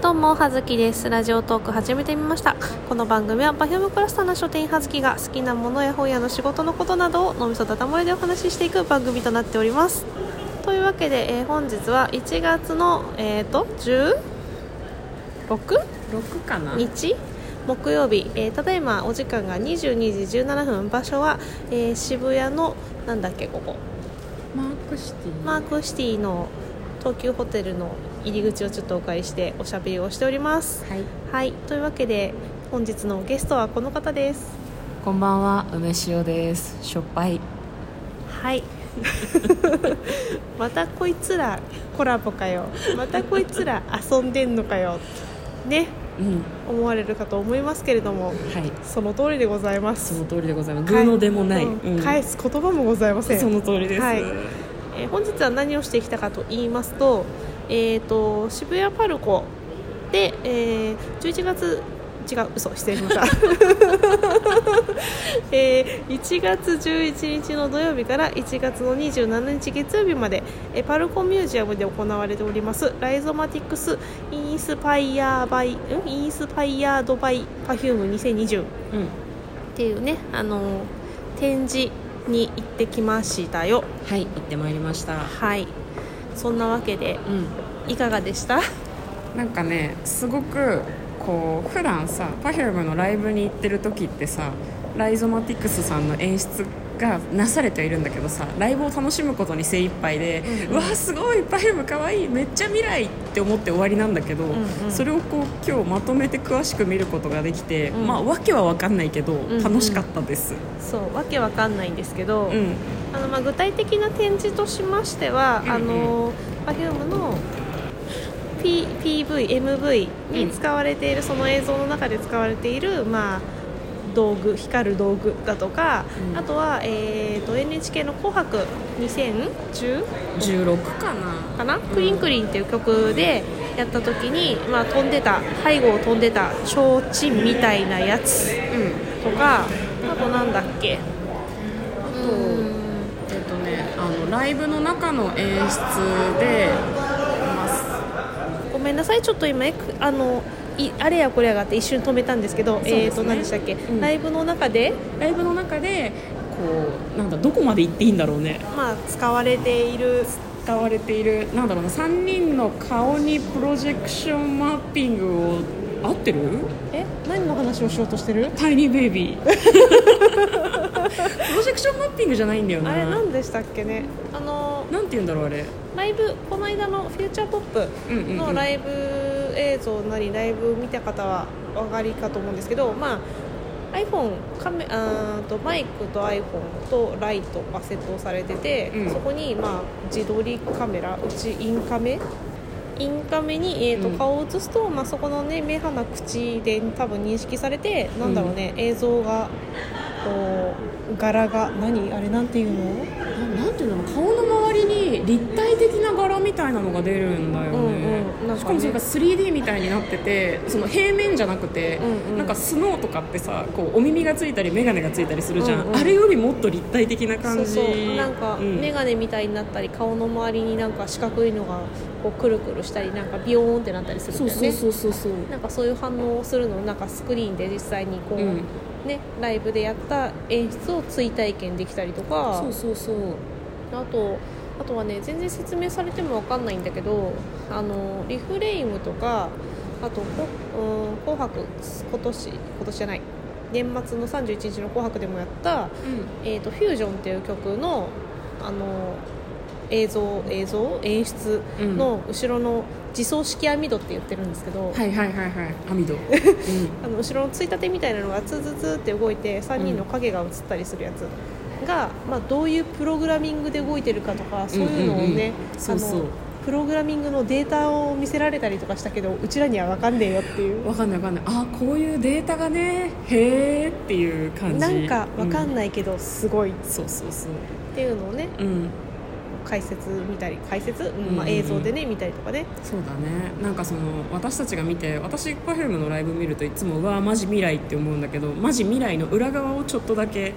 どうも、はずきです。ラジオトーク始めてみました。この番組は、バヒョムクラスターの書店はずきが好きなものや本屋の仕事のことなどを脳みそたたまりでお話ししていく番組となっております。というわけで、えー本日は1月の、えっ、と、16? 6かな日木曜日、えーただいまお時間が22時17分場所は、えー渋谷のなんだっけここマークシティマークシティの東急ホテルの入り口をちょっとお借りしておしゃべりをしておりますはいはいというわけで本日のゲストはこの方ですこんばんは、梅塩です。しょっぱい。はいまたこいつらコラボかよまたこいつら遊んでんのかよねうん、思われるかと思いますけれどもはい、その通りでございますその通りでございます。偶のでもない。うんうん返す言葉もございませんその通りです。はいえー本日は何をしてきたかと言いますと,、えー、と渋谷パルコで、えー11月違う嘘失礼しました えー1月11日の土曜日から1月の27日月曜日まで、えーパルコミュージアムで行われておりますライゾマティックスインスパイアーバイんインスパイアードバイパフューム2020うん、っていうねあのー展示に行ってきましたよはい、行ってまいりました。はいそんなわけでうん、いかがでした なんかねすごくこう普段さ Perfume のライブに行ってる時ってさライゾマティクスさんの演出がなされてはいるんだけどさライブを楽しむことに精一杯で、うわすごい Perfume かわいいめっちゃ未来って思って終わりなんだけど、んうんそれをこう今日まとめて詳しく見ることができて、うんまあ訳は分かんないけど、うん楽しかったです、そうわけわかんないんですけど、うんあのまあ具体的な展示としましては、うんうんあの Perfume の P PV、MV に使われている、その映像の中で使われている、まあ、道具光る道具だとか、うんあとは、えー、と NHK の「紅白2010」 16かかなな、クリンクリンっていう曲でやった時に、まあ、飛んでた背後を飛んでた提灯みたいなやつうんとか、あとなんだっけあうと、えっとね、あのライブの中の演出で、まんごめんなさいちょっと今えくあのいあれやこれやがあって一瞬止めたんですけどうですねえー、と何でしたっけ、うんライブの中で、あ、ライブの中でこうなんだどこまで行っていいんだろうねまあ、使われている使われているなんだろうな3人の顔にプロジェクションマッピングを合ってるえ何の話をしようとしてるタイニーベ イビープロジェクションマッピングじゃないんだよねあれ何でしたっけねあのなんて言うんだろうあれライブこの間の「フューチャーポップ」うんうん、うのん、ライブ映像なりライブ見た方はお分かりかと思うんですけど、まあ、iPhone カメあーとマイクと iPhone とライトがセットされてて、うんそこに、まあ、自撮りカメラうちインカメインカメに、えーとうん顔を映すと、まあ、そこの、ね、目鼻口で多分認識されてなんだろうね、映像がこう柄が何あれなんていうのななんていうの顔の周りに立体的な柄みたいなのが出るんだよね,、うんうんなんかねしかもそれが 3D みたいになっててその平面じゃなくて、うんうんなんかスノーとかってさこうお耳がついたり眼鏡がついたりするじゃん、うんうんあれよりもっと立体的なそ感うじそうなんかう眼鏡みたいになったり、顔の周りになんか四角いのがこうくるくるしたりなんかビヨーンってなったりするそんうだよそねうそうそうそう、なんかそういう反応をするのをなんかスクリーンで実際にこう、うん、ねライブでやった演出を追体験できたりとかそうそうそうあとあとはね全然説明されてもわかんないんだけどあのリフレイムとかあとこうん「紅白」今年今年じゃない年末の31日の「紅白」でもやったえー、とフュージョンっていう曲のあの映像映像演出うんの後ろの自走式網戸って言ってるんですけど、はいはいはいはい 網戸、うん、あの後ろのついたてみたいなのがツツツって動いて3人の影が映ったりするやつが、まあ、どういうプログラミングで動いてるかとかそういうのをうんうんうねんあそうそうのプログラミングのデータを見せられたりとかしたけどうちらには分かんねえよっていうわかんないわかんないあこういうデータがねへえっていう感じなんか分かんい、ないけどすごいっうんそうそうそうていうのをねうん解説見たり解説、うんまあ、うんうんうん映像でね見たりとかねそうだねなんかその私たちが見て私 Perfume のライブ見るといつもうわマジ未来って思うんだけどマジ未来の裏側をちょっとだけ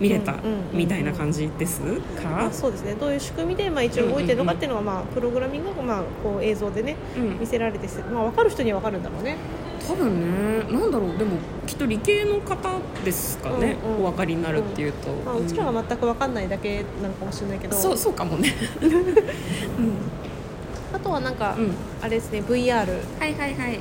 見れたうんうんみたいな感じですまかあ、そうですねどういう仕組みで、まあ、一応動いてるのかっていうのは、まあ、プログラミングが、まあ、こう映像でねうん見、せられてせ、まあ、分かる人には分かるんだろうね多分ねなんだろうでもきっと理系の方ですかね、うんうんお分かりになるっていうと、まあ、うちらは全く分かんないだけなのかもしれないけど、そうそうかもね、あとはなんか、うんうん、あれですね VR はいはいはい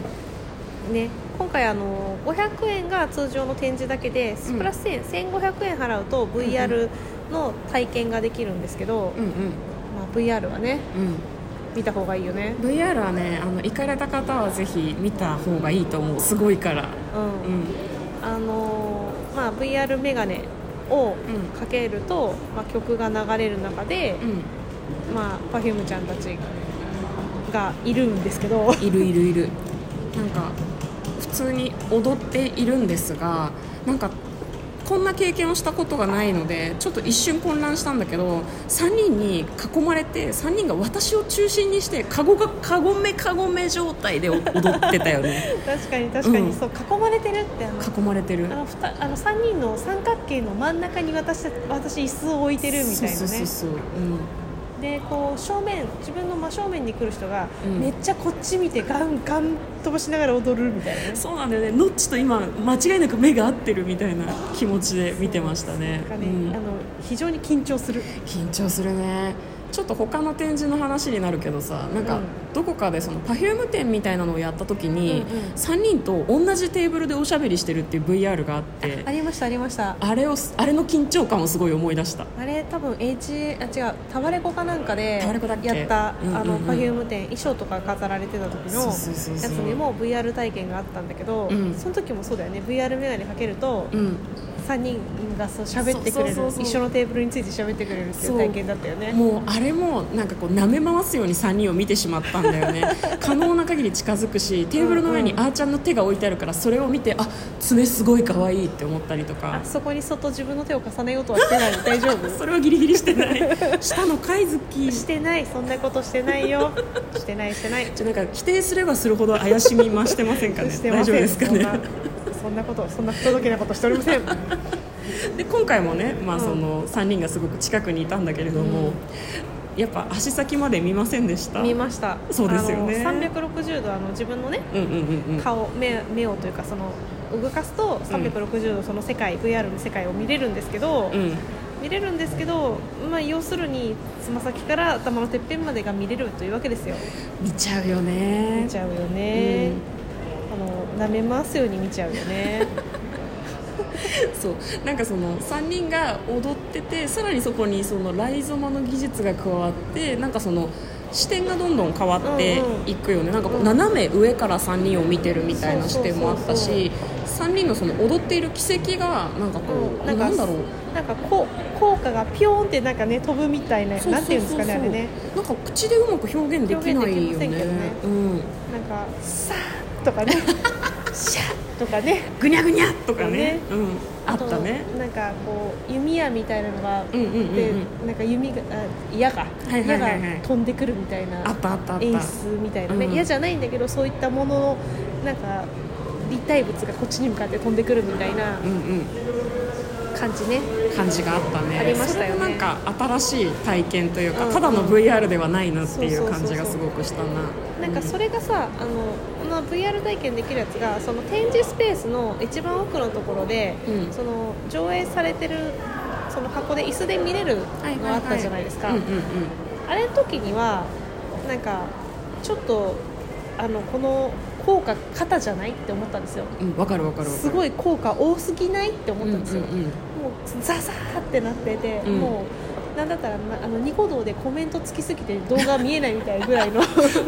ね今回あの500円が通常の展示だけでうんプラス1000 1500円払うと VR の体験ができるんですけど、うんまあ、VR はねうんうん見た方がいいよね、 VR はねあの行かれた方はぜひ見た方がいいと思うすごいからううんんあのーまあ、VR メガネをかけると、まあ、曲が流れる中で、うまあ、Perfume ちゃんたちがいるんですけど、んいるいるいるなんか普通に踊っているんですがなんかこんな経験をしたことがないのでちょっと一瞬混乱したんだけど3人に囲まれて3人が私を中心にしてカゴがカゴめカゴめ状態で踊ってたよね 確かに確かに、うんそう 囲まれてるってあの囲まれてるあのふたあの3人の三角形の真ん中に私た私椅子を置いてるみたいなねそうそうそうそう、うんでこう正面自分の真正面に来る人が、うんめっちゃこっち見てガンガン飛ばしながら踊るみたいなねそうなんだよねノッチと今間違いなく目が合ってるみたいな気持ちで見てましたねなんかね、うんあの非常に緊張する緊張するねちょっと他の展示の話になるけどさなんうかんどこかでその Perfume 展みたいなのをやった時に、うんうん3人と同じテーブルでおしゃべりしてるっていう VR があってありましたありましたあれをすあれの緊張感をすごい思い出したあれ多分 H あ違うタワレコかなんかでタワレコだっけやったうんうんうんあの Perfume 展衣装とか飾られてた時のそうそうそうそやうつにも VR 体験があったんだけど、うんその時もそうだよね VR メガネかけるとうん3人がそう喋ってくれるそうそうそうそう一緒のテーブルについて喋ってくれるっていう体験だったよねもうあれもなんかこう舐め回すように3人を見てしまったんだ よね可能な限り近づくしテーブルの上にあーちゃんの手が置いてあるからそれを見てあ爪すごい可愛いって思ったりとかあそこに外自分の手を重ねようとはしてない大丈夫 それはギリギリしてない下の貝好きしじてないそんなことしてないよしてないしてないゃなんか否定すればするほど怪しみ増してませんか ねしてま大せ丈夫んですかねそんなそんなことそんな不届きなことしておりません で今回もね、まあ、うんその3人がすごく近くにいたんだけれども、やっぱ足先まで見ませんでした見ましたそうですよねあの360度あの自分のねうんうんうんうん顔目目をというかその動かすと360度その世界、VR の世界を見れるんですけど、うん見れるんですけど、まあ、要するにつま先から頭のてっぺんまでが見れるというわけですよ見ちゃうよね見ちゃうよね、あの舐め回すように見ちゃうよねそうなんかその3人が踊っててさらにそこにそのライゾマの技術が加わってなんかその視点がどんどん変わっていくよね、なんかこう斜め上から3人を見てるみたいな視点もあったそうそうし3人のその踊っている軌跡がなんかこう、うんななんんかだろうなんかこう効果がピョーンってなんかね飛ぶみたいなそうそうなんそうそうていうんですかねあれねなんか口でうまく表現できないよ表現できませねんけどねうん、なんかさーとか ねシャーとかねぐにゃぐにゃとかねねうん、あったねとなんかこう弓矢みたいなのがうんうんうんうんでなんか弓があ矢がいはいはいはい矢が飛んでくるみたいなあったあったあった演出みたいなね、うん嫌じゃないんだけどそういったもののなんか立体物がこっちに向かって飛んでくるみたいなうんうん感じね、感じがあったねありましたよねそれもなんか新しい体験というか、うんただの VR ではないなっていそうそうそううそう感じがすごくしたななんかそれれがさあの、まあ、VR 体験できるやつがその展示スペースの一番奥のところで、うんその上映されてるその箱で椅子で見れるのがあったじゃないですか、うんうんうんあれの時にはなんかちょっとあのこの効果肩じゃないって思ったんですようんわかるわかるわかるすごい効果多すぎないって思ったんですよ、うんうんうんもうザザーってなってて、うんもうなんだったらなあのニコ動でコメントつきすぎて動画見えないみたいぐら いの、わ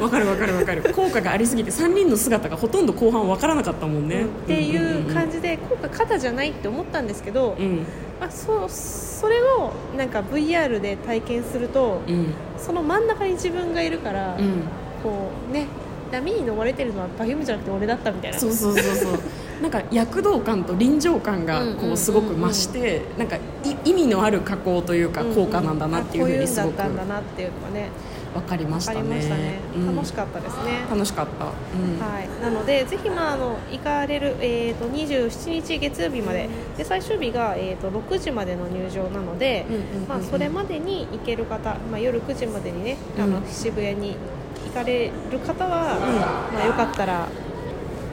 かるわかるわ かる効果がありすぎて3人の姿がほとんど後半わからなかったもんね、っていう感じで効果肩じゃないって思ったんですけど、うんまあ、そうそれをなんか VR で体験すると、うんその真ん中に自分がいるから、うんこうね波に飲まれてるのは Perfume じゃなくて俺だったみたいなそうそうそうそうなんか躍動感と臨場感うんうんがうんこうすごく増してなんかい意味のある加工というかうん効果なんだなっていうふうにすごくあこういうんだったんだなっていうのがね分かりましたあねりましたね、うん楽しかったですね、楽しかった、うんはい、なのでぜひ、まあ、あの行かれる、えー、と27日月曜日までで最終日が、えー、と6時までの入場なので、うんうんうんうんまあ、それまでに行ける方、まあ、夜9時までにねあの、うん渋谷に行かれる方は、まあ、よかったら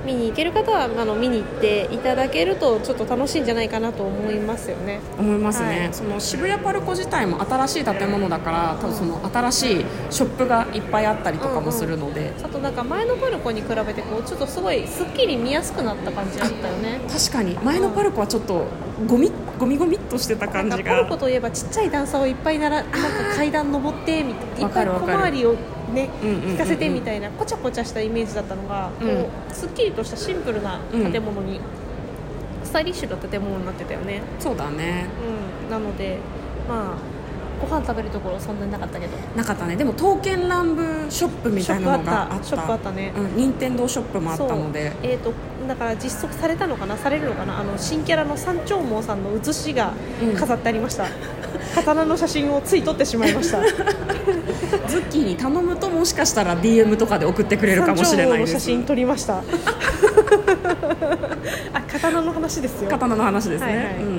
見に行ける方はあの見に行っていただけるとちょっと楽しいんじゃないかなと思いますよね。思いますね、はいその渋谷パルコ自体も新しい建物だから多分その新しいショップがいっぱいあったりとかもするので、あとなんか前のパルコに比べてこうちょっとすごいすっきり見やすくなった感じだったよね。確かに前のパルコはちょっとゴミゴミゴミっとしてたなん感かじポルがコといえばちっちゃい段差をいっぱいならなんか階段登ってみたいないわっぱかいる小わか回るりをねうんうんうんうん聞かせてみたいなこちゃこちゃしたイメージだったのが、うんこうすっきりとしたシンプルな建物に、スタイリッシュな建物になってたよね、そうだねうん、なのでまあご飯食べるところそんなになかったけどなかったねでも刀剣乱舞ショップみショたいップなあのっがあったたショップあったね、うん、任天堂ショップもあったのでそうえー、とだから実測されたのかなされるのかなあの新キャラの三丁毛さんの写しが飾ってありま した、刀の写真をつい取ってしまいましたズッキーに頼むともしかしたら DM とかで送ってくれるかもしれ山ないで頂の写す真撮りました あ刀の話ですよ刀の話ですね、はいはいうん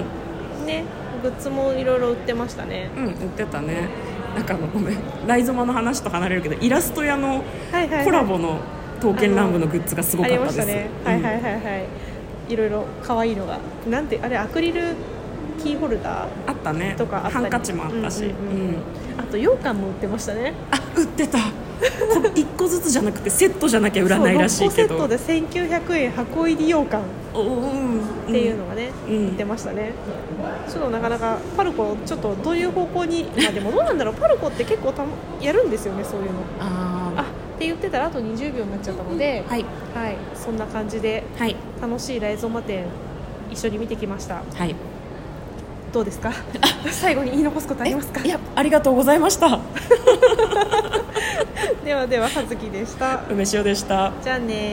ねグッズもいろいろ売ってましたねうん、言ってたねなんかあのごめんライゾマの話と離れるけどイラスト屋のはいはい、はい、コラボの刀剣乱舞のグッズがすごあかっりたまでしたすねはいはいはいはいいろいろ可愛いのがなんてあれアクリルキーホルダーうんあったねとかあったりハンカチもあったし、うんうんうんうんあと羊羹も売ってましたねあ売ってたこ1個ずつじゃなくてセットじゃなきゃ売らないらしいけそうど6個セットで1900円箱入り羊羹おうんっていうのがね、うん言ってましたね、ちょっとなかなかパルコちょっとどういう方向にまあでもどうなんだろうパルコって結構たまやるんですよねそういうのああって言ってたらあと20秒になっちゃったのでー、はいはい、そんな感じではい楽しいライゾマ展一緒に見てきました はいどうです か最後に言い残すことありますかいやありがとうございましたではでは葉月でした梅塩でしたじゃあね